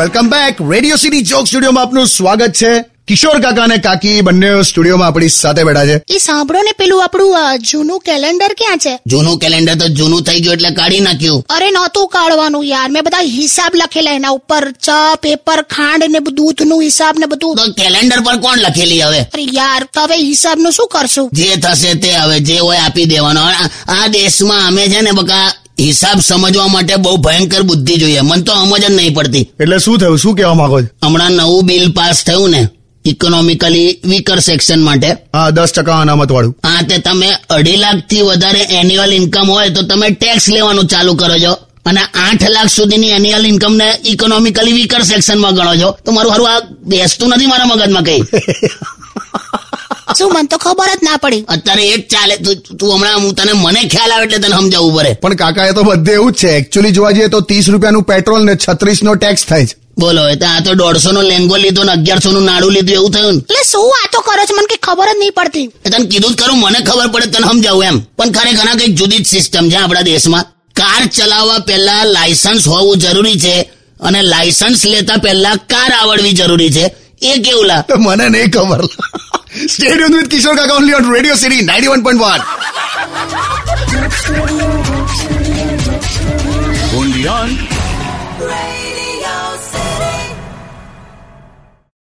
welcome back radio city joke સ્ટુડિયોમાં આપનું સ્વાગત છે કિશોર કાકા અને કાકી બંને સ્ટુડિયોમાં આપણી સાથે બેઠા છે એ સાંભળો ને પેલું આપણું અ, જૂનું કેલેન્ડર ક્યાં છે જૂનું કેલેન્ડર તો જૂનું થઈ ગયું એટલે કાઢી નાખ્યું અરે નહોતું કાઢવાનું યાર મેં બધા હિસાબ લખેલા એના ઉપર ચા પેપર ખાંડ ને દૂધ નું હિસાબ ને બધું તો કેલેન્ડર પર કોણ લખેલી હવે અરે યાર તો હવે હિસાબ નું શું કરશું જે થશે તે હવે જે હોય આપી દેવાનો આ- આ દેશમાં અમે છે ને બકા હિસાબ સમજવા માટે બહુ ભયંકર બુદ્ધિ જોઈએ મને તો સમજ જ નહીં પડતી એટલે શું થયું શું કહેવા માંગો છો હમણાં નવું બિલ પાસ થયું ને ઇકોનોમિકલી વીકર સેક્શન માટે હા દસ ટકા અનામત વાળું આ તે તમે અઢી લાખ થી વધારે એન્યુઅલ ઇન્કમ હોય તો તમે ટેક્સ લેવાનું ચાલુ કરો છો અને આઠ લાખ સુધીની એન્યુઅલ ઇન્કમ ને ઇકોનોમિકલી વીકર સેક્શનમાં ગણો છો તો મારું હારું આ બેસતું નથી મારા મગજમાં કઈ શું મને તો ખબર જ ના પડી અત્યારે એ જ ચાલે તું તું હમણાં હું તને મને ખ્યાલ આવે એટલે તને સમજાવવું પડે પણ કાકા એ તો બધે એવું જ છે એકચ્યુઅલી જોવા જઈએ તો ત્રીસ રૂપિયાનું પેટ્રોલ ને છત્રીસ નો ટેક્સ થાય છે બોલો એ તો આ તો દોઢસો નો લેંગો લીધો ને અગિયારસો નું નાડું લીધું એવું થયું ને એટલે શું વાતો કરો છો મને કઈ ખબર જ નહીં પડતી એ તને કીધું જ કરું મને ખબર પડે તને સમજાવું એમ પણ ખરેખર આ કંઈક જુદી જ સિસ્ટમ છે આપણા દેશમાં કાર ચલાવવા પહેલા લાયસન્સ હોવું જરૂરી છે અને લાયસન્સ લેતા પહેલા કાર આવડવી જરૂરી છે એ કેવું લા તો મને નહીં ખબર સ્ટેડિયમ વિથ કિશોર કાકા only on radio city ninety one point one only on